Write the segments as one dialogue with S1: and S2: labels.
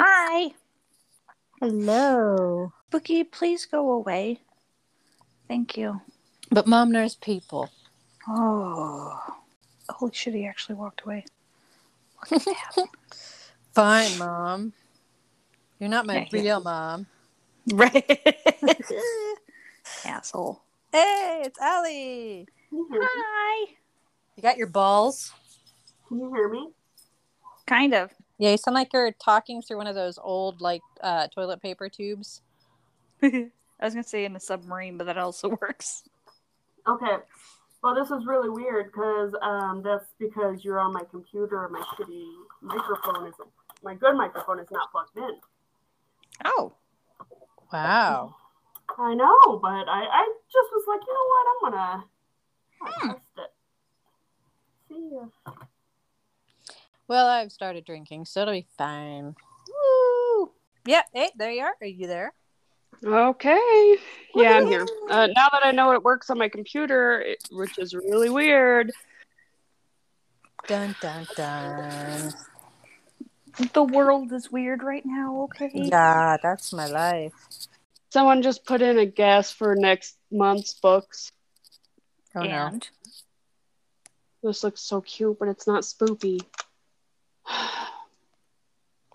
S1: Hi,
S2: Hello.
S1: Bookie, please go away. Thank you.
S3: But mom knows people.
S1: Oh, holy shit, he actually walked away.
S3: Fine, mom. You're not my
S1: Yeah, yeah.
S3: real mom.
S1: Right.
S3: hey,
S1: Asshole.
S3: it's Ellie.
S4: Can you hear me?
S1: Hi.
S3: You got your balls?
S4: Can you hear me?
S1: Kind of.
S3: Yeah, you sound like you're talking through one of those old like uh, toilet paper tubes.
S1: I was going to say in a submarine, but that also works.
S4: Okay. Well, this is really weird because um, that's because you're on my computer and my shitty microphone is my good microphone is not plugged in.
S1: Oh.
S3: Wow.
S4: I know, but I, I just was like, you know what? I'm gonna
S1: Hmm.
S4: I test it. See ya.
S3: Well, I've started drinking, so it'll be fine.
S1: Woo.
S3: Yeah, hey, there you are. Are you there?
S5: Okay. Yeah, I'm here. Uh, now that I know it works on my computer, it, which is really weird.
S3: Dun dun dun.
S1: The world is weird right now, okay?
S3: Yeah, that's my life.
S5: Someone just put in a guess for next month's books.
S3: Oh no.
S1: and
S5: This looks so cute, but it's not spoopy.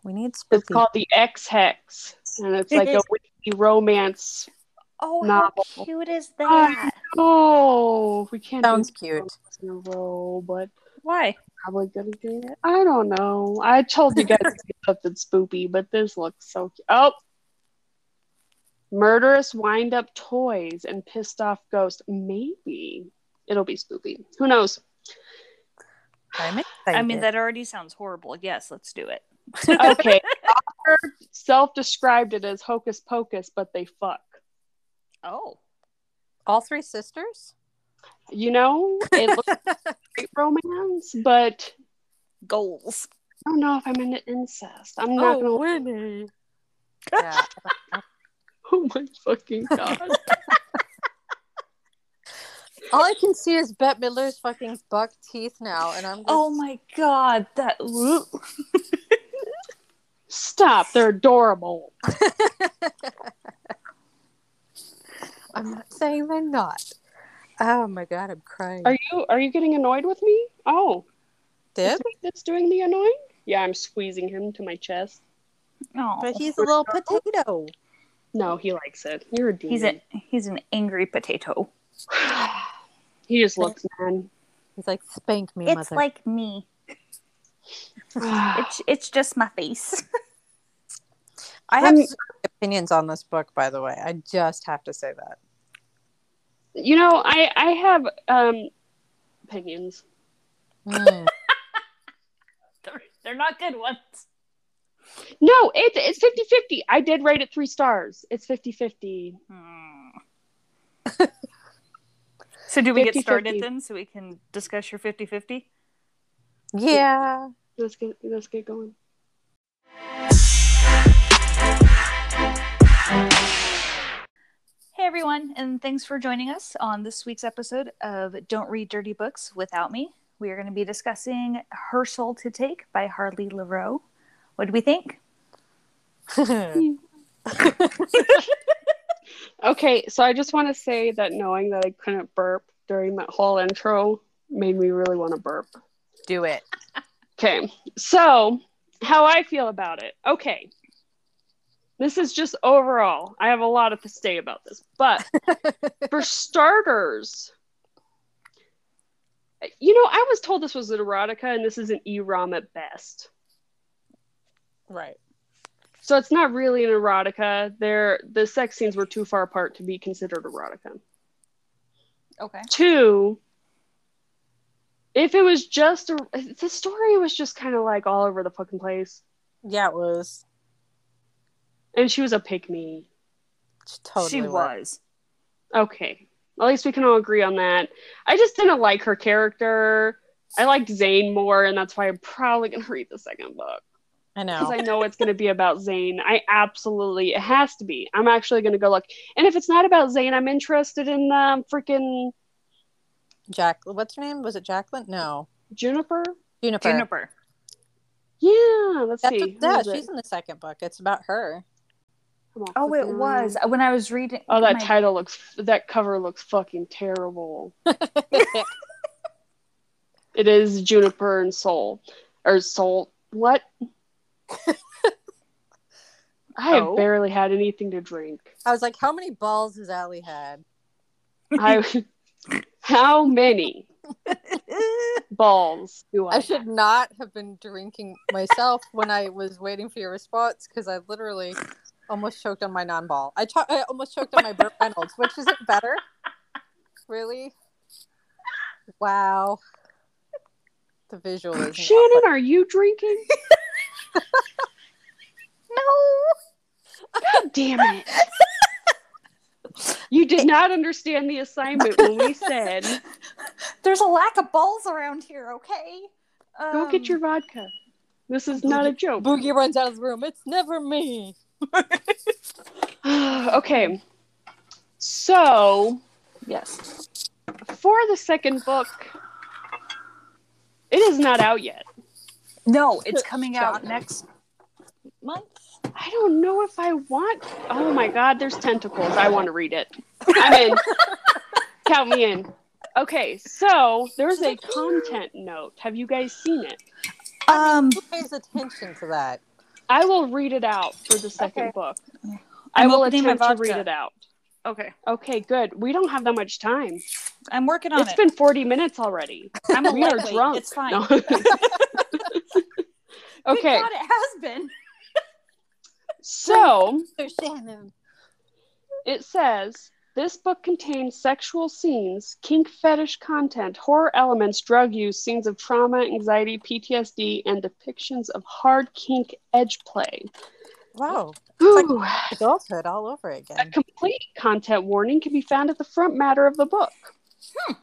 S3: We need spooky.
S5: It's called The X Hex, and it's like a witchy romance.
S1: oh,
S5: Novel.
S1: how cute is that?
S5: Oh, we can't do
S3: Sounds cute.
S5: this in a row, but
S1: Why?
S5: probably gonna do it. I don't know. I told you guys to do something spoopy, but this looks so cute. Oh, murderous wind up toys and pissed off ghost. Maybe it'll be spoopy. Who knows?
S3: I'm excited.
S1: I mean, that already sounds horrible. Yes, let's do it.
S5: Okay, author self described it as hocus pocus, but they fuck.
S1: Oh.
S3: all three sisters.
S5: You know, it looks like great romance, but
S1: Goals.
S5: I don't know if I'm into incest. I'm
S3: Oh,
S5: not gonna.
S3: Winnie. yeah.
S5: Oh my fucking god!
S3: All I can see is Bette Midler's fucking buck teeth now, and I'm just,
S1: Oh my god, that.
S5: Stop. They're adorable.
S3: I'm not saying they're not. Oh my god, I'm crying.
S5: Are you are you getting annoyed with me? Oh,
S3: Dib?
S5: it's me that's doing the annoying? Yeah, I'm squeezing him to my chest.
S1: Oh.
S3: But he's a little potato.
S5: No, he likes it. You're a demon.
S1: He's a he's an angry potato.
S5: he just looks man.
S3: He's like, spank me,
S1: It's
S3: mother.
S1: like me. It's it's just my face.
S3: I have
S5: Um,
S3: so many opinions on this book, by the way. I just have to say that.
S5: you know, I I have um opinions.
S3: Mm.
S1: They're, they're not good ones.
S5: No, it's it's 50 50. I did rate it three stars. It's 50 50.
S1: Hmm. so do we get
S5: 50-50.
S1: started then so we can discuss your 50-50?
S3: yeah.
S5: Let's get let's get going.
S1: Hey everyone, and thanks for joining us on this week's episode of Don't Read Dirty Books Without Me. We are going to be discussing Her Soul to Take by Harley LaRoe. What do we think?
S5: Okay, so I just want to say that knowing that I couldn't burp during that whole intro made me really want to burp.
S3: Do it.
S5: Okay. So, how I feel about it. Okay. This is just overall. I have a lot to say about this. But for starters, you know, I was told this was an erotica and this is an EROM at best.
S3: Right.
S5: So it's not really an erotica. There the sex scenes were too far apart to be considered erotica.
S1: Okay.
S5: Two, if it was just a, the story was just kind of like all over the fucking place.
S3: Yeah, it was.
S5: And she was a pygmy. me.
S3: Totally
S1: she was.
S5: Okay. At least we can all agree on that. I just didn't like her character. I liked Zane more, and that's why I'm probably going to read the second book.
S3: I
S5: Because
S3: know.
S5: I know it's going to be about Zane. I absolutely, it has to be. I'm actually going to go look. And if it's not about Zane, I'm interested in um, freaking
S3: Jack, what's her name? Was it Jacqueline? No.
S5: Juniper.
S3: Juniper.
S1: Juniper.
S5: Yeah, let's
S3: That's
S5: see. who
S3: what, yeah,
S5: is it?
S3: she's in the second book. It's about her.
S5: Come on,
S1: Oh, it
S5: flipping
S1: was
S5: around.
S1: when I was reading.
S5: Oh, that
S1: my-
S5: title looks. That cover looks fucking terrible. It is Juniper and Soul, or Soul. What? I have
S1: Oh.
S5: barely had anything to drink.
S3: I was like, how many balls has Allie had?
S5: I. How many balls do I?
S3: I should not have been drinking myself when I was waiting for your response because I literally almost choked on my non-ball. I, cho- I almost choked on my Burt Reynolds, which isn't better. Really? Wow. The visual is
S5: have?
S3: not
S5: Shannon, are you drinking?
S1: no.
S5: God damn it! You did not understand the assignment when we said,
S1: There's a lack of balls around here. Okay.
S5: "Go get your
S1: Um,
S5: vodka." This is not a joke.
S3: Boogie runs out of the room. It's never me.
S5: okay. So,
S1: yes.
S5: for the second book, it is not out yet.
S1: No, it's coming out
S3: Shocker.
S1: next month.
S5: I don't know if I want. Oh my god, there's tentacles. I want to read it. I'm in. Count me in. Okay, so there's a content note. Have you guys seen it?
S1: Um.
S3: Who pays attention to that?
S5: I will read it out for the second
S1: Okay.
S5: book.
S1: Yeah.
S5: I
S1: I'm
S5: will
S1: opening my
S5: attempt to read
S1: vodka.
S5: it out.
S1: Okay.
S5: Okay, good. We don't have that much time.
S1: I'm working on
S5: It's
S1: it.
S5: been 40 minutes already.
S1: I'm a
S5: we are
S1: lightweight.
S5: drunk.
S1: It's fine.
S5: No.
S1: Good
S5: okay,
S1: God, it has been.
S5: so
S3: Sir Shannon.
S5: it says this book contains sexual scenes, kink fetish content, horror elements, drug use, scenes of trauma, anxiety, PTSD, and depictions of hard kink edge play.
S3: Wow.
S5: Ooh,
S3: Adulthood all over again.
S5: a complete content warning can be found at the front matter of the book.
S1: Hmm.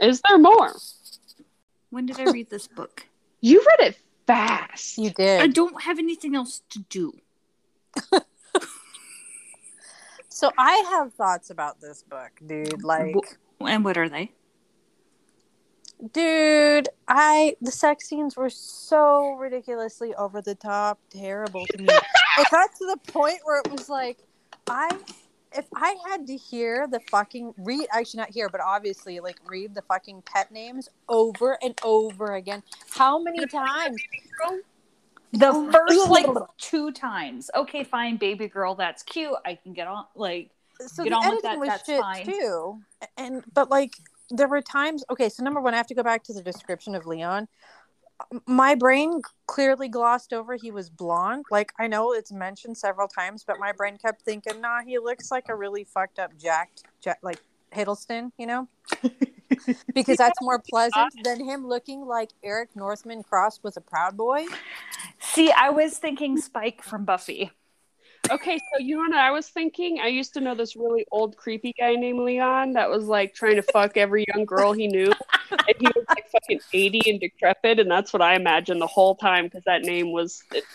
S5: Is there more?
S1: When did I read this book?
S5: You read it fast.
S3: You
S1: I
S3: did.
S1: don't have anything else to do.
S3: So I have thoughts about this book, dude. Like,
S1: And what are they?
S3: dude, I the sex scenes were so ridiculously over the top, terrible to me. it got to the point where it was like, I if I had to hear the fucking read actually not hear, but obviously like read the fucking pet names over and over again. How many times?
S1: The first like two times. Okay, fine, baby girl, that's cute. I can get on. Like,
S3: so
S1: Get
S3: the
S1: on with
S3: editing
S1: that,
S3: was
S1: that's
S3: shit
S1: fine.
S3: too. And but like there were times. Okay, so number one, I have to go back to the description of Leon. M- My brain clearly glossed over he was blonde. Like I know it's mentioned several times, but my brain kept thinking, nah, he looks like a really fucked up jacked, ja- like Hiddleston, you know. because that's more pleasant than him looking like Eric Northman crossed with a Proud Boy.
S1: see, I was thinking Spike from Buffy.
S5: Okay, so you know what I was thinking? I used to know this really old creepy guy named Leon that was like trying to fuck every young girl he knew. And he was like fucking 80 and decrepit, and that's what I imagined the whole time because that name was it's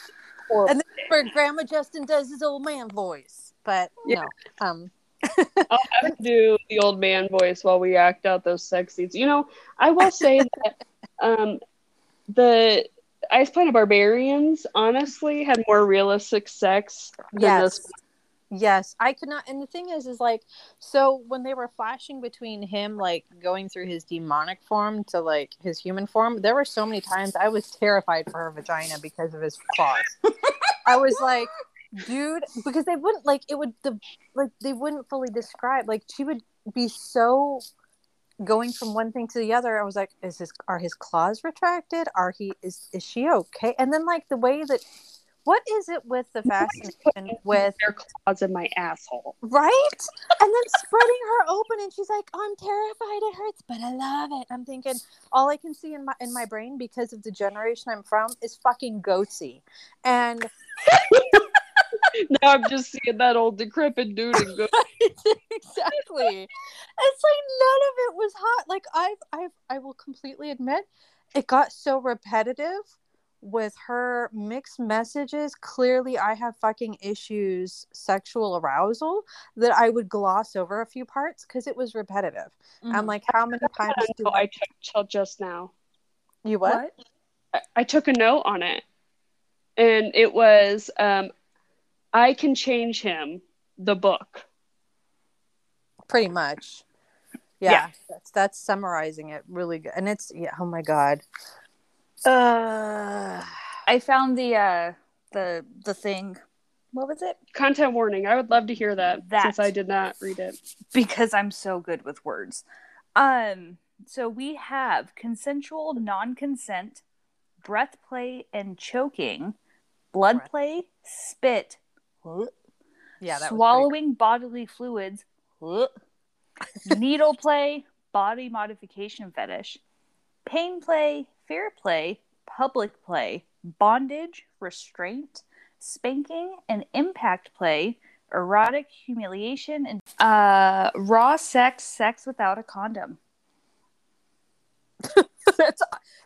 S5: horrible.
S3: And Where Grandma Justin does his old man voice, but
S5: Yeah.
S3: no, um,
S5: I'll have to do the old man voice while we act out those sex scenes. You know, I will say that um, the Ice Planet Barbarians honestly had more realistic sex than
S3: yes.
S5: this
S3: Yes, I could not. And the thing is, is like, so when they were flashing between him, like going through his demonic form to like his human form, there were so many times I was terrified for her vagina because of his claws. I was like, dude, because they wouldn't like it would the like they wouldn't fully describe. Like she would be so going from one thing to the other. I was like, is his are his claws retracted? Are he is is she okay? And then like the way that what is it with the fascination with
S5: their claws in my asshole.
S3: Right? And then spreading her open, and she's like, "I'm terrified. It hurts, but I love it." I'm thinking, all I can see in my in my brain because of the generation I'm from is fucking goatsy, and
S5: now I'm just seeing that old decrepit dude and go,
S3: exactly, it's like none of it was hot. Like I've I've I will completely admit, it got so repetitive with her mixed messages. Clearly, I have fucking issues sexual arousal that I would gloss over a few parts because it was repetitive.
S1: Mm-hmm.
S3: I'm like, how many times
S5: I
S3: do
S5: know
S3: I
S5: I took till just now.
S3: You what?
S5: I, I took a note on it. and it was um, I can change him. The book.
S3: Pretty much. Yeah,
S5: Yeah.
S3: that's that's summarizing it really good. And it's yeah, oh my god. Uh
S1: I found the uh the the thing. What was it?
S5: Content warning. I would love to hear that,
S1: That.
S5: since I did not read it.
S1: Because I'm so good with words. Um so we have consensual non-consent, breath play and choking, blood
S3: Breath.
S1: play, spit,
S3: yeah, that was
S1: swallowing bodily fluids,
S3: pretty-
S1: needle play, body modification fetish, pain play, fair play, public play, bondage, restraint, spanking, and impact play, erotic humiliation, and uh, raw sex, sex without a condom.
S3: that's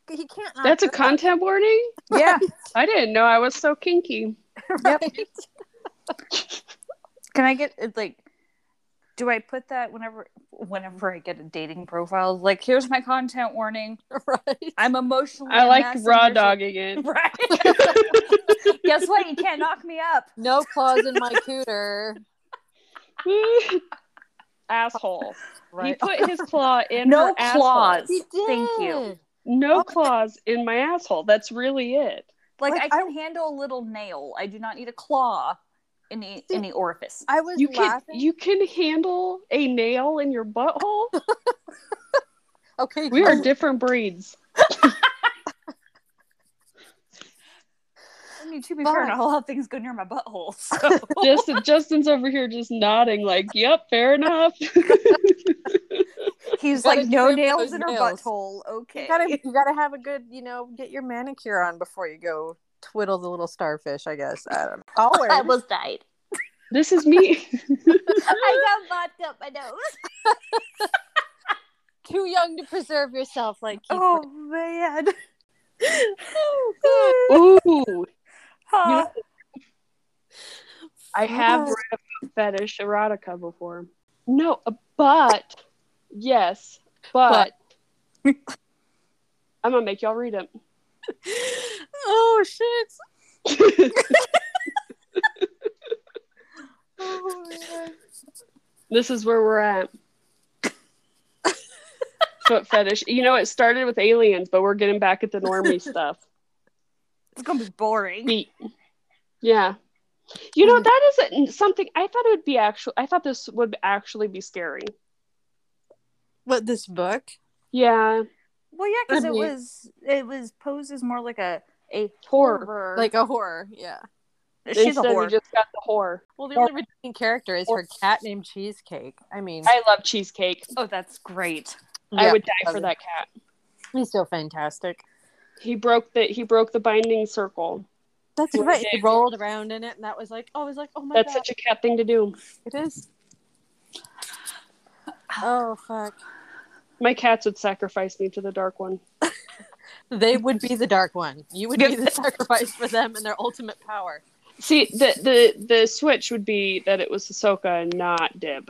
S3: he can't not
S5: That's a
S3: do that,
S5: content warning.
S1: Yeah,
S5: I didn't know I was so kinky.
S1: Yep.
S3: right?
S1: can I get it, like? Do I put that whenever whenever I get a dating profile? Like, here's my content warning.
S3: right.
S1: I'm emotionally.
S5: I like
S1: amassing
S5: raw
S1: yourself-
S5: dogging it.
S1: Right. Guess what? You can't knock me up.
S3: No claws in my cooter.
S5: Asshole.
S3: Right.
S5: He put his claw in
S1: No
S5: her asshole.
S1: claws.
S3: He did.
S1: Thank you.
S5: No
S3: Oh.
S5: claws in my asshole. That's really it.
S1: Like,
S3: Like,
S1: I can handle a little nail. I do not need a claw in the, in the orifice.
S3: I was
S5: You can
S3: laughing.
S5: you can handle a nail in your butthole.
S3: okay,
S5: We are
S3: Julie.
S5: different breeds.
S1: I mean, to be
S3: Fine.
S1: fair, not a lot of things go near my butthole. So.
S5: Justin Justin's over here just nodding like, "Yep, fair enough."
S1: He's
S3: Gotta
S1: like, no
S3: trim
S1: nails
S3: those
S1: in her
S3: nails.
S1: butthole. Okay.
S3: you gotta you gotta have a good you know get your manicure on before you go twiddle the little starfish i guess i don't know always
S1: I was died.
S5: this is me.
S1: I got vodka up my nose.
S3: too young to preserve yourself like Keith
S1: Oh, man.
S5: Ooh, you
S1: Huh.
S5: know, I have read about fetish erotica before. No, uh, but yes, but I'm gonna make y'all read it.
S3: Wood. oh shit oh, man.
S5: this is where we're at. Foot fetish. You know, it started with aliens, but we're getting back at the normie stuff.
S1: It's gonna be boring.
S5: Feet. Yeah. You know, that isn't something I thought it would be actual. I thought this would actually be scary.
S3: what this book
S5: Yeah.
S1: Well, yeah, because
S3: I
S1: it
S3: mean-
S1: was it was posed as more like a a
S5: Horror.
S1: horror.
S3: like a horror yeah
S1: she's a
S5: Instead, we
S1: whore.
S5: just got the whore.
S3: well the only redeeming character is her cat named cheesecake i mean
S5: I love cheesecake.
S1: Oh, that's great.
S5: I
S3: yeah,
S5: would die for
S3: Okay.
S5: that cat.
S3: he's so fantastic
S5: He broke the he broke the binding
S3: Oh
S5: circle.
S3: that's
S5: Yeah.
S3: right he rolled around in it and that was like oh, i was like oh my
S5: That's
S3: god
S5: such a cat thing to do.
S3: it is oh fuck
S5: My cats would sacrifice me to the dark one.
S3: They would be the dark one. You would be the sacrifice for them and their ultimate power.
S5: See, the the the switch would be that it was Ahsoka and not Dib.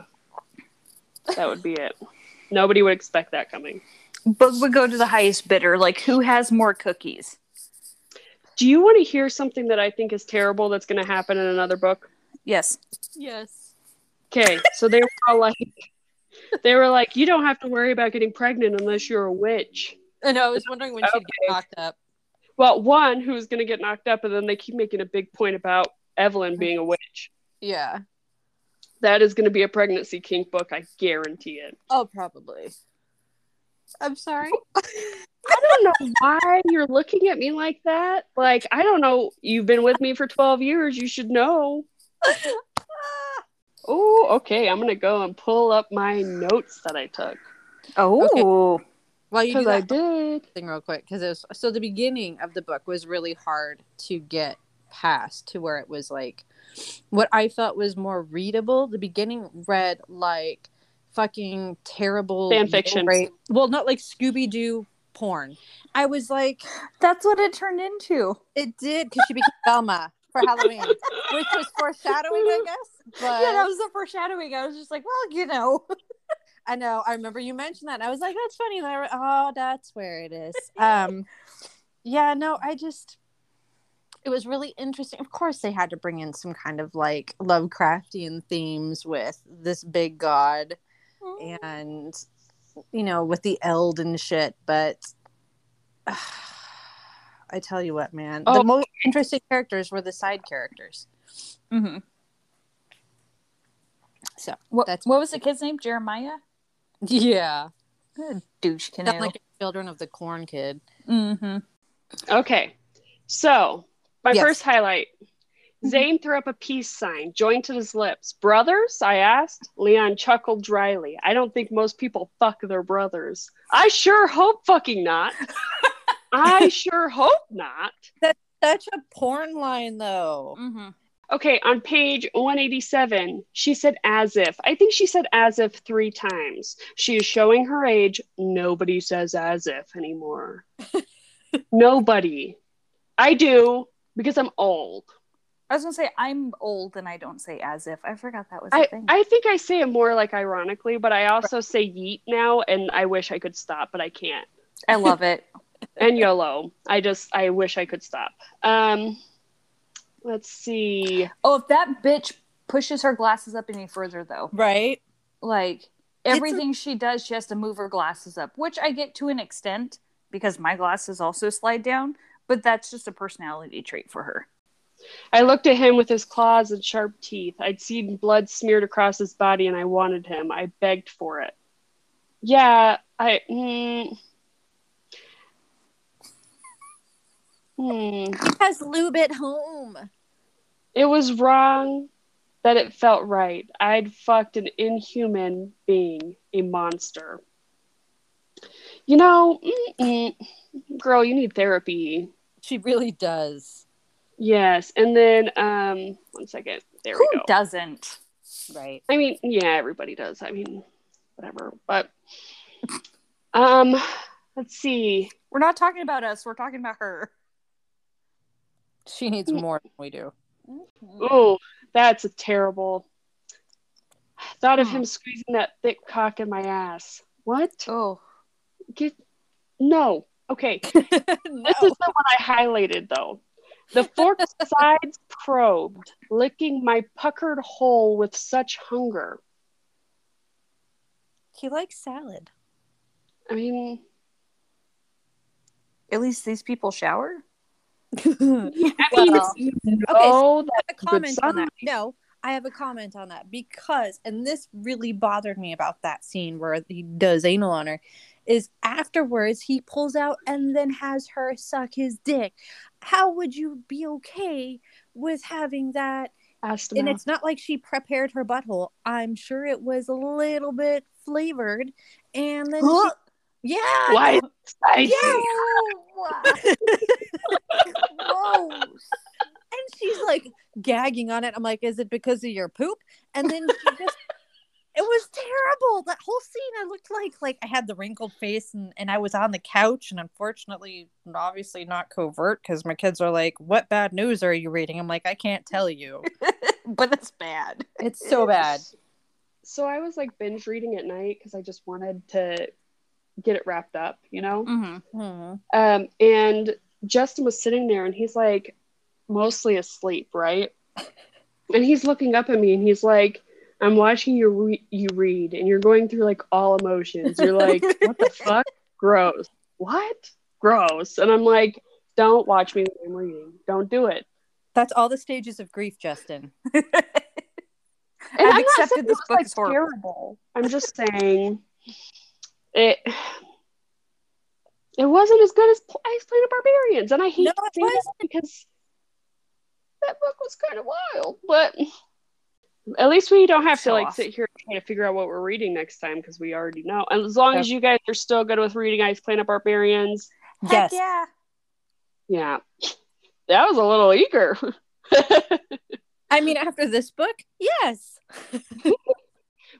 S5: That would be it. Nobody would expect that coming.
S1: Book would go to the highest bidder. Like, who has more cookies?
S5: Do you want to hear something that I think is terrible that's going to happen in another book?
S1: Yes.
S3: Yes.
S5: Okay, so they were all like, they were like, you don't have to worry about getting pregnant unless you're a witch.
S3: And I was wondering when she'd
S5: Okay.
S3: get knocked up.
S5: Well, one who's going to get knocked up, and then they keep making a big point about Evelyn being a witch.
S3: Yeah.
S5: That is going to be a pregnancy kink book. I guarantee it.
S3: Oh, probably. I'm sorry.
S5: I don't know why you're looking at me like that. Like, I don't know. You've been with me for 12 years. You should know. Oh, okay. I'm going to go and pull up my notes that I took.
S1: Oh,
S3: While you do
S5: Because I
S3: that
S5: did.
S3: thing real quick, because it was so the beginning of the book was really hard to get past to where it was like what I felt was more readable. The beginning read like fucking terrible
S5: Fan fiction.
S3: Right. Well, not like Scooby Doo porn. I was like,
S1: that's what it turned into.
S3: It did because she became Velma for Halloween, which was foreshadowing, I guess. But
S1: yeah, that was the foreshadowing. I was just like, well, you know,
S3: I know I remember you mentioned that. And I was like, "That's funny." And I re- oh, that's where it is. Um, yeah, no, I just it was really interesting. Of course, they had to bring in some kind of like Lovecraftian themes with this big god and you know with the eld and shit. But I tell you what, man,
S5: Oh.
S3: the most interesting characters were the side characters.
S1: Mm-hmm.
S3: So,
S1: what,
S3: that's-
S1: what was the kid's name? Jeremiah.
S3: Yeah,
S1: Douche canoe.
S3: not like Children of the Corn Kid.
S1: mm-hmm.
S5: Okay. So, my
S3: Yes.
S5: first highlight Zane threw up a peace sign joined to his lips. Brothers? I asked. Leon chuckled dryly. I don't think most people fuck their brothers. I sure hope fucking not. I sure hope not.
S3: Such a porn line, though.
S1: Mm-hmm.
S5: Okay, on page 187, she said as if. I think she said as if three times. She is showing her age. Nobody says as if anymore. Nobody. I do because I'm old.
S1: I was gonna say I'm old and I don't say as if. I forgot that was a
S5: I,
S1: thing.
S5: I think I say it more like ironically, but I also say yeet now, and I wish I could stop, but I can't.
S1: I love it.
S5: And YOLO. I just, I wish I could stop. Um, let's see.
S1: Oh, if that bitch pushes her glasses up any further, though,
S3: Right?
S1: like everything she does, she has to move her glasses up, which I get to an extent because my glasses also slide down, but that's just a personality trait for her.
S5: I looked at him with his claws and sharp teeth. I'd seen blood smeared across his body and I wanted him. I begged for it. Yeah, I. Mm, Hmm.
S3: Has lube at home.
S5: It was wrong that it felt right. I'd fucked an inhuman being, a monster. You know, mm-mm. girl, you need therapy.
S3: She really does.
S5: Yes, and then um, one second. There
S1: Who
S5: we go.
S1: doesn't?
S3: Right.
S5: I mean, yeah, everybody does. I mean, whatever. But um, let's see.
S1: We're not talking about us, we're talking about her.
S3: She needs more than we do.
S5: Oh, that's a terrible thought of him squeezing that thick cock in my ass. What?
S1: Oh,
S5: Get no. Okay, this is the one I highlighted though. The forked sides probed, licking my puckered hole with such hunger.
S3: He likes salad.
S5: I mean,
S1: at least these people shower.
S5: I mean,
S3: Well,
S5: it's, you
S3: so
S5: know that
S3: a
S5: good
S3: comment on that.
S5: sign.
S3: No, I have a comment on that because, and this really bothered me about that scene where he does anal on her, is afterwards he pulls out and then has her suck his dick. How would you be okay with having that?
S5: ass to
S3: And
S5: mouth.
S3: it's not like she prepared her butthole. I'm sure it was a little bit flavored. And then, she, yeah.
S5: Why? is it spicy?
S3: Gross. And she's like gagging on it. I'm like, is it because of your poop? And then she just it was terrible. That whole scene I looked like like I had the wrinkled face and, and I was on the couch and unfortunately obviously not covert because my kids are like, What bad news are you reading? I'm like, I can't tell you.
S1: but that's bad.
S3: It's so bad.
S5: So I was like binge reading at night because I just wanted to get it wrapped up, you know?
S1: Mm-hmm.
S5: Um, and Justin was sitting there and he's like mostly asleep, right? And he's looking up at me and he's like, I'm watching you, re- you read and you're going through like all emotions. You're like, what the fuck? Gross. What? Gross. And I'm like, don't watch me when I'm reading. Don't do it.
S3: That's all the stages of grief, Justin.
S5: And
S1: I've
S5: I'm not
S1: accepted
S5: saying
S1: this
S5: it was,
S1: book
S5: like,
S1: as horrible.
S5: terrible. I'm just saying it. It wasn't as good as Pl- Ice Planet Barbarians, and I hate
S3: No,
S5: to
S3: it
S5: say that because that book was kind of wild. But at least we don't have
S1: Show
S5: to like
S1: off.
S5: sit here and try to figure out what we're reading next time because we already know. And as long as you guys are still good with reading Ice Planet Barbarians,
S1: Heck
S3: yes.
S1: yeah.
S5: yeah, that was a little eager.
S3: I mean after this book, yes.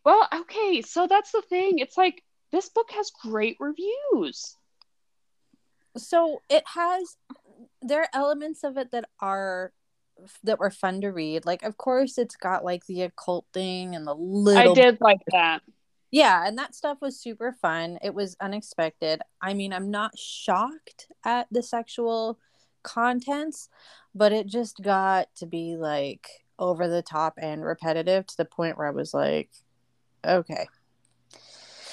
S5: Well, okay, so that's the thing. It's like this book has great reviews.
S3: so it has there are elements of it that are that were fun to read like of course it's got like the occult thing and the little
S5: I did like that.
S3: yeah and that stuff was super fun it was unexpected i mean i'm not shocked at the sexual contents, but it just got to be like over the top and repetitive to the point where I was like, okay,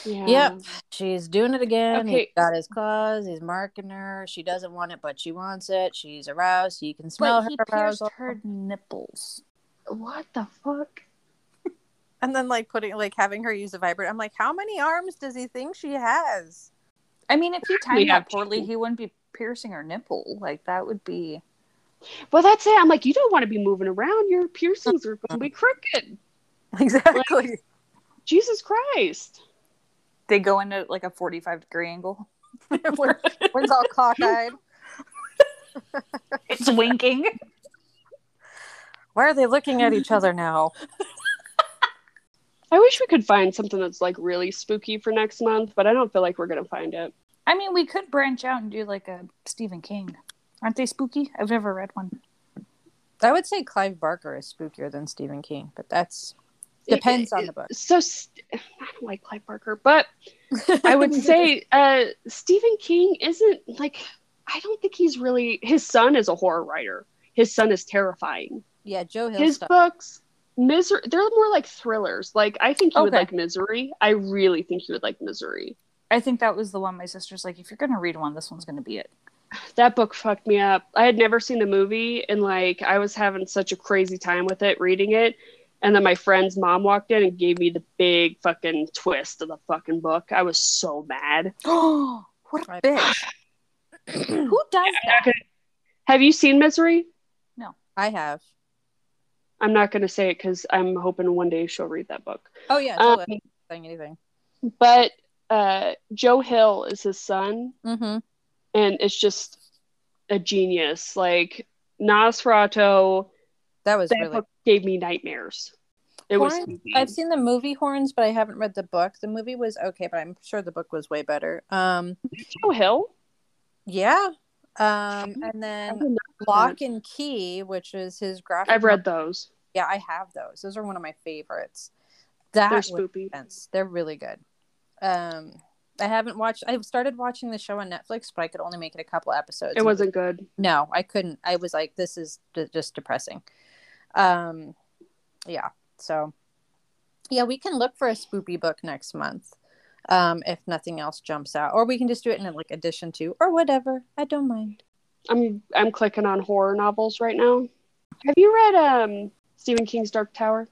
S5: Yeah.
S3: Yep, she's doing it again. He's
S5: Okay.
S3: got his claws. He's marking her. She doesn't want it, but she wants it. She's aroused. You can smell
S1: But he
S3: her
S1: pierced
S3: arousal.
S1: her nipples.
S5: What the fuck?
S3: And then, like putting, like having her use a vibrator. I'm like, how many arms does he think she has?
S1: I mean, if he
S5: We
S1: timed
S5: have
S1: that poorly,
S5: two.
S1: he wouldn't be piercing her nipple. Like that would be.
S5: Well, that's it. I'm like, you don't want to be moving around. Your piercings are going to be crooked.
S3: Exactly.
S5: Jesus Christ.
S1: They go into like a forty-five degree angle.
S3: One's all cockeyed.
S1: It's winking.
S3: Why are they looking at each other now?
S5: I wish we could find something that's like really spooky for next month, but I don't feel like we're going to find it.
S1: I mean, we could branch out and do like a Stephen King. Aren't they spooky? I've never read one.
S3: I would say Clive Barker is spookier than Stephen King, but that's depends on the book.
S5: So st- I don't like Clive Barker, but I would say uh, Stephen King isn't like, I don't think he's really, his son is a horror writer. His son is terrifying.
S3: yeah, Joe Hill
S5: his
S3: stuff.
S5: books misery they're more like thrillers like i think you would
S1: Okay.
S5: like misery i really think you would like misery
S1: I think that was the one my sister's like, if you're going to read one, this one's going to be it.
S5: that book fucked me up i had never seen the movie and like i was having such a crazy time with it reading it and then my friend's mom walked in and gave me the big fucking twist of the fucking book i was so mad
S1: Oh,
S5: Hmm.
S1: what a
S3: Right.
S1: bitch. Who does that?
S5: have you seen misery
S3: I have.
S5: i'm not going to say it because i'm hoping one day she'll read that book
S3: Oh yeah, Joe
S5: um,
S3: Hill saying anything.
S5: but uh, joe hill is his son
S3: Mm-hmm.
S5: and it's just a genius. Like Nosferatu,
S3: That was
S5: that
S3: really
S5: book gave me nightmares. It was.
S3: Horns-
S5: spooky.
S3: I've seen the movie Horns, but I haven't read the book. The movie was okay, but I'm sure the book was way better. Um,
S5: Joe Hill.
S3: yeah. Um, and
S5: I
S3: then
S5: did not-
S3: Lock and Key, which is his graphic.
S5: Oh I've read
S3: novel.
S5: those.
S3: Yeah, I have those. Those are one of my favorites. That
S5: They're
S3: was
S5: spooky.
S3: intense. They're really good. Um, I haven't watched. I started watching the show on Netflix, but I could only make it a couple episodes.
S5: It wasn't good.
S3: No, I couldn't. I was like, this is d- just depressing. Um, yeah. So, yeah, we can look for a spoopy book next month, um, if nothing else jumps out, or we can just do it in like addition to or whatever. I don't mind.
S5: I'm I'm clicking on horror novels right now. Have you read um Stephen King's Dark Tower?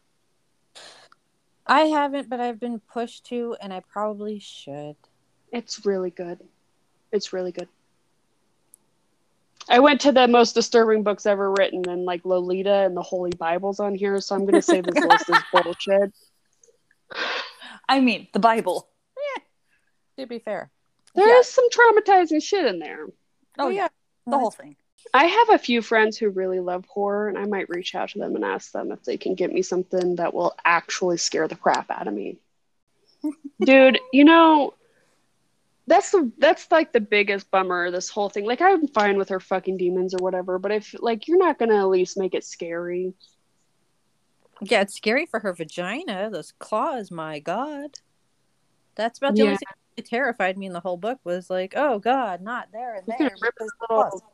S3: I haven't, but I've been pushed to, and I probably should.
S5: It's really good. It's really good. I went to the most disturbing books ever written, and like Lolita and the Holy Bible's on here, so I'm going to say this list is bullshit.
S1: I mean, the Bible.
S3: To be fair,
S5: There
S3: Yeah.
S5: is some traumatizing shit in there.
S1: Oh, yeah. The whole thing.
S5: I have a few friends who really love horror, and I might reach out to them and ask them if they can get me something that will actually scare the crap out of me. Dude, you know, that's the that's like the biggest bummer of this whole thing. Like I'm fine with her fucking demons or whatever, but if like you're not gonna at least make it scary.
S3: yeah, it's scary for her vagina. Those claws, my god. That's about the
S5: Yeah.
S3: only thing that terrified me in the whole book was like, oh god, not there and
S5: You're
S3: there.
S5: gonna rip
S3: because
S5: her
S3: the claws.
S5: little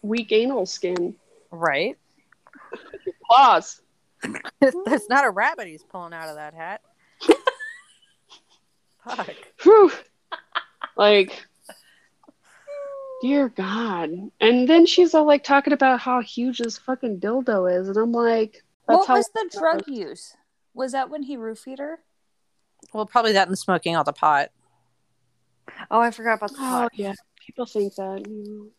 S5: weak anal skin.
S3: Right.
S5: Claws.
S3: That's not a rabbit he's pulling out of that hat. Fuck.
S5: Whew. Like, dear God. And then she's all like talking about how huge this fucking dildo is. And I'm like, that's
S1: what
S5: how.
S1: was the drug use? Was that when he roofied her?
S3: Well, probably that and smoking all the pot.
S1: Oh, I forgot about
S5: oh, yeah. People think that. you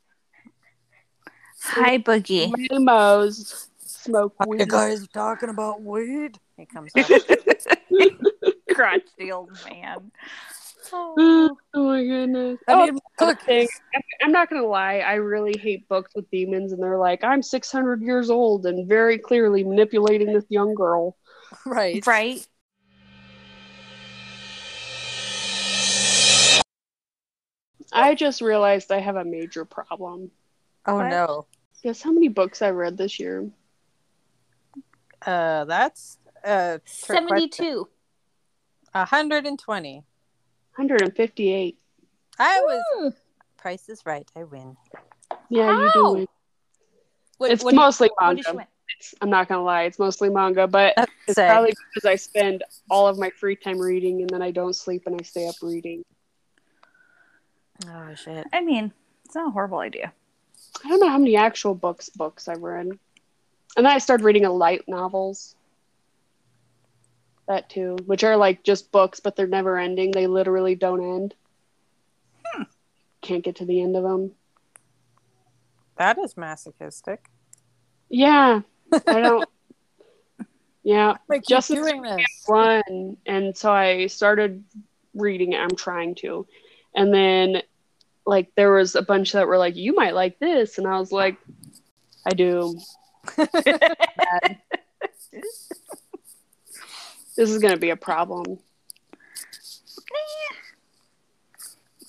S1: Hi, Boogie.
S5: know. Mimos smoke weed.
S3: guy's talking about weed. He comes up.
S1: Crotchety old man.
S5: Oh my goodness.
S3: I
S5: Oh,
S3: need
S5: another
S3: cookies.
S5: thing. I'm- I'm not going to lie. I really hate books with demons. And they're like, I'm 600 years old and very clearly manipulating this young girl.
S3: right.
S1: Right?
S5: I just realized I have a major problem.
S3: Oh
S1: What?
S3: no.
S5: Guess how many books I read this year?
S3: Uh, that's uh trick question.
S1: 72.
S3: 120.
S5: 158.
S3: I was
S1: Hmm.
S3: price is right. I win.
S5: Yeah,
S1: How?
S5: you do.
S3: What,
S5: It's
S3: what do you-
S5: mostly
S1: When did she
S5: manga.
S1: win?
S5: It's- I'm not gonna lie, it's mostly manga, but it's
S3: say?
S5: probably because I spend all of my free time reading, and then I don't sleep and I stay up reading.
S3: oh shit.
S1: I mean, it's not a horrible idea.
S5: I don't know how many actual books books I've read, and then I started reading a light novels. That too, which are like just books, but they're never ending. They literally don't end.
S3: Hmm.
S5: Can't get to the end of them.
S3: That is masochistic.
S5: Yeah, I don't. yeah,
S3: Like
S5: Just
S3: just doing this.
S5: one and so i started reading it i'm trying to and then like there was a bunch that were like you might like this and i was like i do this is going to be a problem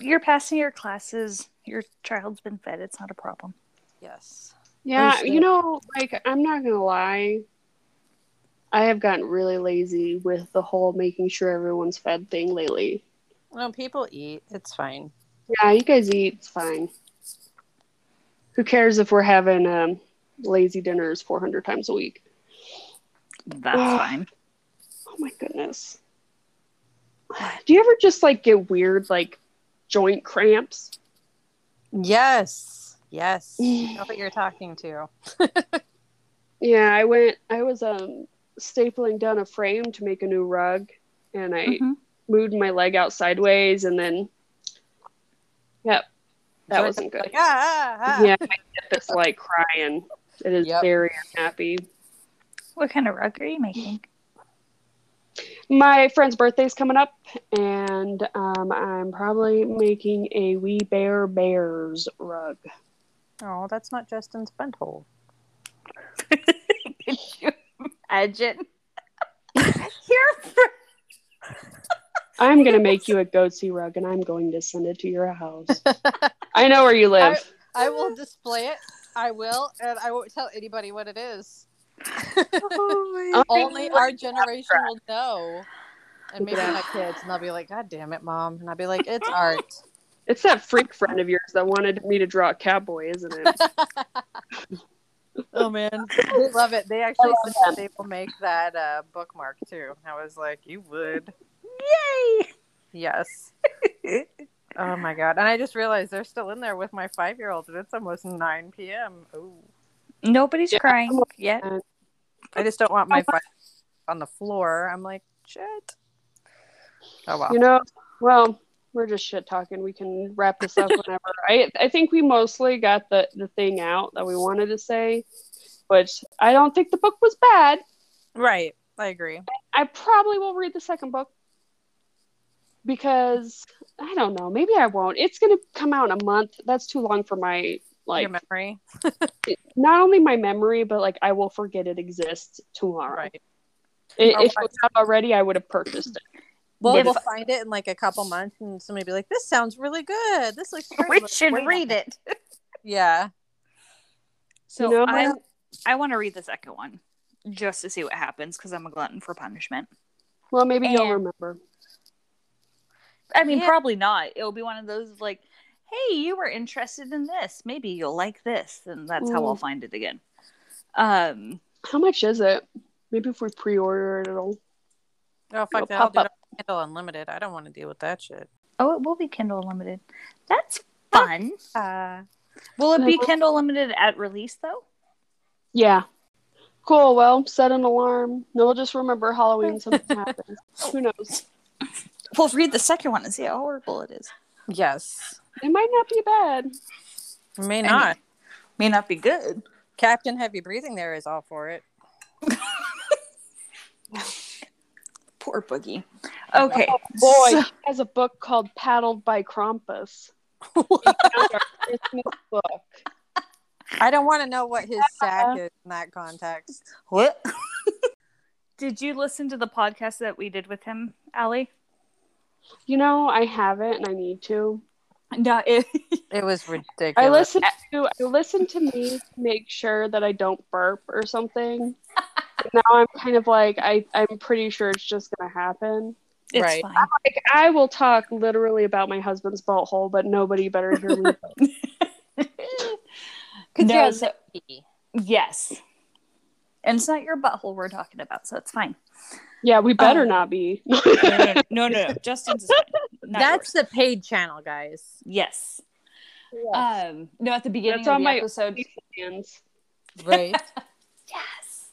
S1: You're passing your classes. Your child's been fed. It's not a problem.
S3: yes.
S5: yeah
S3: shit.
S5: you know like i'm not going to lie i have gotten really lazy with the whole making sure everyone's fed thing lately
S3: No, people eat. It's fine.
S5: yeah you guys eat it's fine who cares if we're having um, lazy dinners 400 times a week
S1: That's fine.
S5: Oh my goodness. Do you ever just like get weird like joint cramps?
S3: Yes. Yes. You know what you're talking to.
S5: Yeah, I went I was um stapling down a frame to make a new rug and I
S3: Mm-hmm.
S1: Mhm.
S5: moved my leg out sideways and then Yep. That
S3: Joint-
S5: wasn't good.
S3: Like, ah, ah, ah.
S5: Yeah, I get this like crying. It is
S3: Yep.
S5: very unhappy.
S1: What kind of rug are you making?
S5: My friend's birthday's coming up, and um, I'm probably making a wee bear bears rug.
S3: Oh, that's not Justin's vent hole.
S1: Could you imagine? Your friend.
S5: I'm gonna make you a goatsy rug, and I'm going to send it to your house. I know where you live.
S3: I will display it. I will, and I won't tell anybody what it is.
S5: Oh,
S3: Only our generation will know. And maybe my kids, and they'll be like, "God damn it, mom!" And I'll be like, "It's art."
S5: It's that freak friend of yours that wanted me to draw a cowboy, isn't it?
S3: oh man, they love it. They actually
S5: love
S3: said that they will make that uh, bookmark too. And I was like, "You would,
S1: Yay!
S3: yes." Oh my god! And I just realized they're still in there with my five-year-old, and it's almost nine p.m. Ooh,
S1: Nobody's
S5: Yeah.
S1: crying yet.
S3: I just don't want my five on the floor. I'm like, shit. Oh wow.
S5: You know. Well, we're just shit talking. We can wrap this up whenever. I I think we mostly got the the thing out that we wanted to say, which I don't think the book was bad.
S3: Right. I agree.
S5: I probably will read the second book because I don't know. Maybe I won't. It's gonna come out in a month. That's too long for my like.
S3: Your memory.
S5: not only my memory, but like I will forget it exists tomorrow.
S3: Right.
S5: I- If,
S3: Oh,
S5: it was out already, I would have purchased it.
S3: Well,
S1: Yes.
S3: we'll find it in like a couple months, and somebody be like, "This sounds really good. This looks great.
S1: We
S3: Let's
S1: should
S3: wait on
S1: read it.
S3: Yeah.
S1: So
S5: You know
S1: I,
S5: what?
S1: I want to read the second one just to see what happens because I'm a glutton for punishment.
S5: Well, maybe you'll
S1: And-
S5: remember.
S1: I mean,
S3: Yeah.
S1: probably not. It'll be one of those like, hey, you were interested in this. Maybe you'll like this, and that's how I'll
S5: Mm.
S1: find it again. Um,
S5: How much is it? Maybe if we pre-order it, it'll.
S3: Oh
S5: It'll
S3: fuck that! I'll
S5: pop
S3: do it
S5: up.
S3: on Kindle Unlimited. I don't want to deal with that shit.
S1: oh, it will be Kindle Unlimited. That's fun.
S3: Uh,
S1: Will it be
S5: Mhm.
S1: Kindle Unlimited at release though?
S5: Yeah. Cool. Well, set an alarm. No, we'll just remember Halloween. Something happens. Who knows?
S1: We'll read the second one and see how horrible it is.
S3: yes.
S5: It might not be bad.
S3: May not.
S1: May not be good.
S3: Captain Heavy Breathing there is all for it.
S1: Poor Boogie. Okay.
S5: Boy,
S1: so-
S5: he has a book called "Paddled by Krampus." He found our Christmas book.
S3: I don't want to know what his sack is in that context.
S1: What? did you listen to the podcast that we did with him, Allie?
S5: You know, I have it, and I need to.
S1: No, it,
S3: It was ridiculous.
S5: I listen to I listen to me to make sure that I don't burp or something. But now I'm kind of like I I'm pretty sure it's just gonna happen.
S1: it's
S3: Right.
S1: fine.
S5: Like I will talk literally about my husband's butthole, but nobody better hear me.
S3: Because
S1: No,
S3: you're
S1: so-
S3: lucky.
S1: Yes. And it's not your butthole we're talking about, so it's fine.
S5: Yeah, we better
S1: Um,
S5: not be.
S1: No, no, no, no, no, no. Justin's is fine. Not
S3: That's
S1: yours.
S3: the paid channel, guys.
S1: yes. Um, no, at the beginning
S5: That's
S1: of
S5: on
S1: the
S5: my-
S1: episode,
S5: Fans.
S3: Right.
S1: yes.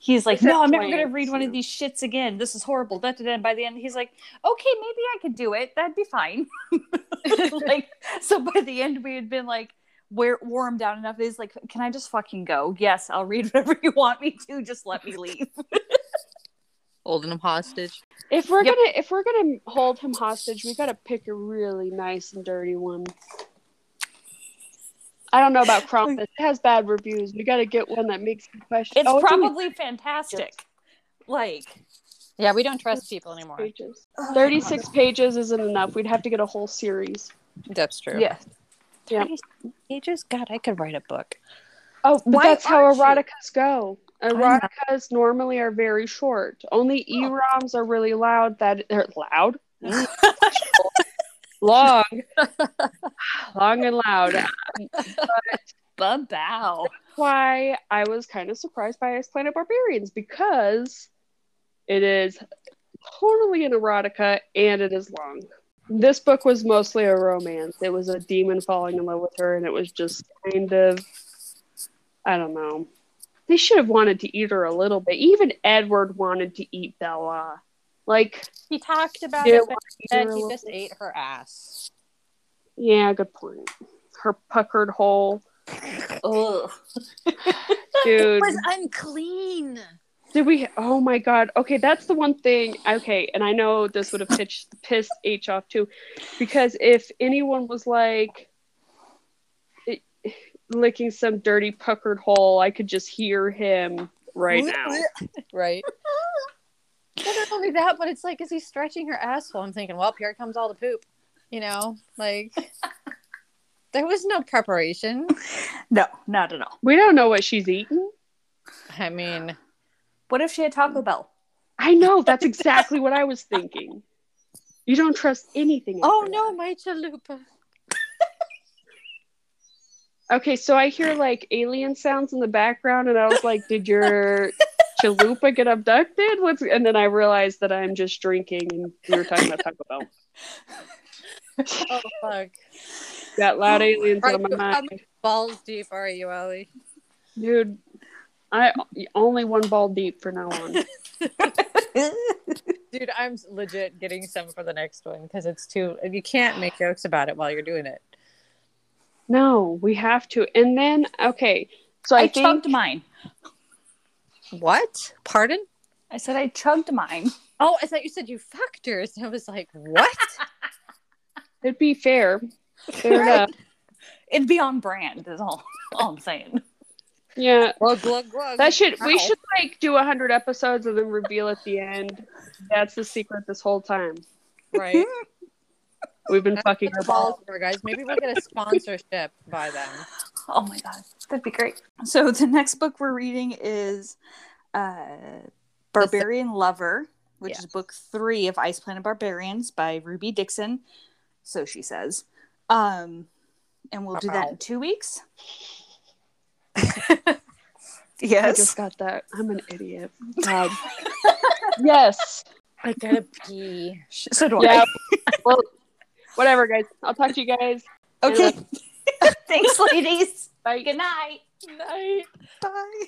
S1: He's like,
S5: Except
S1: no, I'm never
S5: when
S1: going to read one
S5: you-
S1: of these shits again. This is horrible. Da, da, da. And by the end, he's like, okay, maybe I could do it. That'd be fine. like, so by the end, we had been like, we're warm down enough. He's like, can I just fucking go? Yes, I'll read whatever you want me to. Just let me leave.
S3: Holding him hostage.
S5: If we're
S1: Yep.
S5: gonna if we're gonna hold him hostage, we gotta pick a really nice and dirty one. I don't know about Krampus. It has bad reviews. We gotta get one that makes you question.
S1: It's
S5: Oh, in
S1: probably fantastic. Like
S3: Yeah, we don't trust people anymore.
S5: pages. Thirty-six pages isn't enough. We'd have to get a whole series.
S3: That's true.
S1: Yeah.
S5: Yeah.
S3: Ages. God, I could write a book.
S5: Oh, but
S1: Why
S5: that's how
S1: aren't you?
S5: eroticas go.
S1: know. Oh.
S5: Eroticas normally are very short. Only e-roms are really loud. That are loud, long, long and loud.
S1: Babow.
S5: why I was kind of surprised by Ice Planet Barbarians because it is totally an erotica and it is long. This book was mostly a romance. It was a demon falling in love with her, and it was just kind of, I don't know. They should have wanted to eat her a little bit. Even Edward wanted to eat Bella. Like,
S3: He talked about
S5: Yeah,
S3: it, but
S5: eat her
S3: then
S5: a
S3: he
S5: little
S3: just
S5: bit.
S3: ate her ass.
S5: yeah, good point. Her puckered hole,
S1: Ugh.
S5: dude.
S3: unclean.
S5: Did we? Oh my god. Okay, that's the one thing. Okay, and I know this would have pitched, pissed H off too, because if anyone was like it- licking some dirty puckered hole, I could just hear him right now.
S3: Right. well, not only that, but it's like, is he stretching her asshole? I'm thinking, well, here comes all the poop. You know, like there was no preparation.
S1: No, not at all.
S5: We don't know what she's eating.
S3: I mean,
S1: What if she had Taco Bell?
S5: I know. That's exactly what I was thinking. You don't trust anything.
S3: oh
S5: after
S3: no, my chalupa.
S5: that. Okay, so I hear like alien sounds in the background, and I was like, "Did your chalupa get abducted?" What's? And then I realized that I'm just drinking, and we were talking about Taco Bell.
S3: Oh fuck.
S5: Got loud aliens
S3: Are
S5: on my
S3: you- how
S5: mind.
S3: many balls deep are you, Ellie?
S5: Dude, I only one ball deep for now on.
S3: Dude, I'm legit getting some for the next one because it's too. You can't make jokes about it while you're doing it.
S5: No, we have to. And then okay. So I,
S1: I
S5: think
S1: chugged mine.
S3: What? Pardon?
S1: I said I chugged mine.
S3: Oh, I thought you said you fucked yours. And I was like, what?
S5: it'd be fair. Fair enough.
S1: It'd be on brand. Is all, all I'm saying.
S5: Yeah.
S3: glug glug glug.
S5: That should we
S3: Ow.
S5: should like do hundred episodes and then reveal at the end. That's the secret this whole time.
S3: right.
S5: We've been
S3: That's
S5: fucking
S3: what
S5: our
S3: the
S5: balls.
S3: balls were, guys. Maybe we'll get a sponsorship by them.
S1: Oh my god, that'd be great. So the next book we're reading is uh, Barbarian Lover, which
S3: Yeah.
S1: is book three of Ice Planet Barbarians by Ruby Dixon. So she says. Um, and we'll do that in two weeks.
S5: I
S1: yes.
S5: just got that. I'm an idiot. God. yes.
S3: I gotta pee.
S1: So do
S5: Yeah. Well, whatever, guys. I'll talk to you guys.
S1: I. Okay. Thanks, ladies.
S5: Bye.
S1: Good night.
S5: night.
S1: Bye.